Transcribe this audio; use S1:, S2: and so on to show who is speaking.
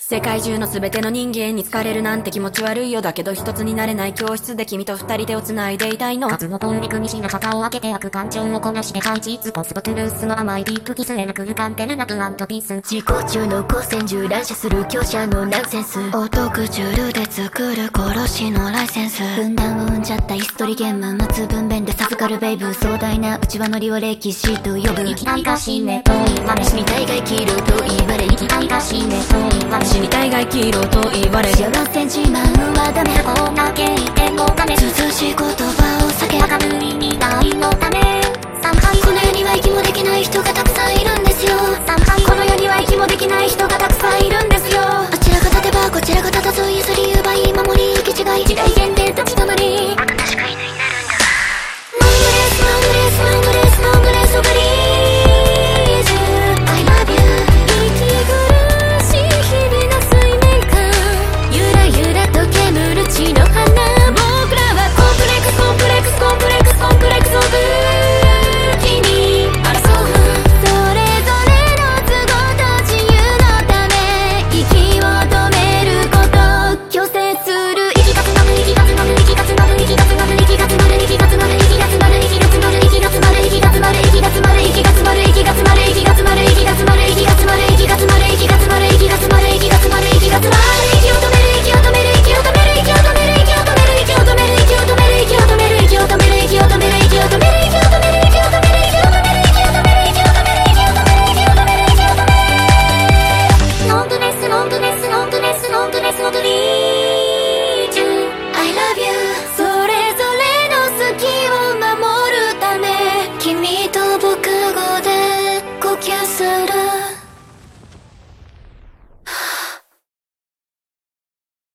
S1: 世界中の全ての人間に疲れるなんて気持ち悪いよだけど一つになれない教室で君と二人手を繋いでいたいの
S2: 数の通り組みしの肩を開けて悪感情をこなして開地ポスボトゥルースの甘いディープキスへの空間でルナブアンドピース
S3: 自己中の光線銃乱射する強者のナンセンスお得ジュルで作る殺しのライセンス分断を生んじゃったイストリゲーム待つ分娩で授かるベイブ壮大な内輪のりを歴史と呼ぶ
S2: 生きたいが死ねと言われ
S3: 死にたいが生きろと言われ
S2: 生きたいが死ねと言われ
S1: 死にたいが生きろと言われ
S3: 幸せ自慢はダメ
S2: こう嘆いてもダメ
S3: 涼しい言葉を避け
S2: 赤の意味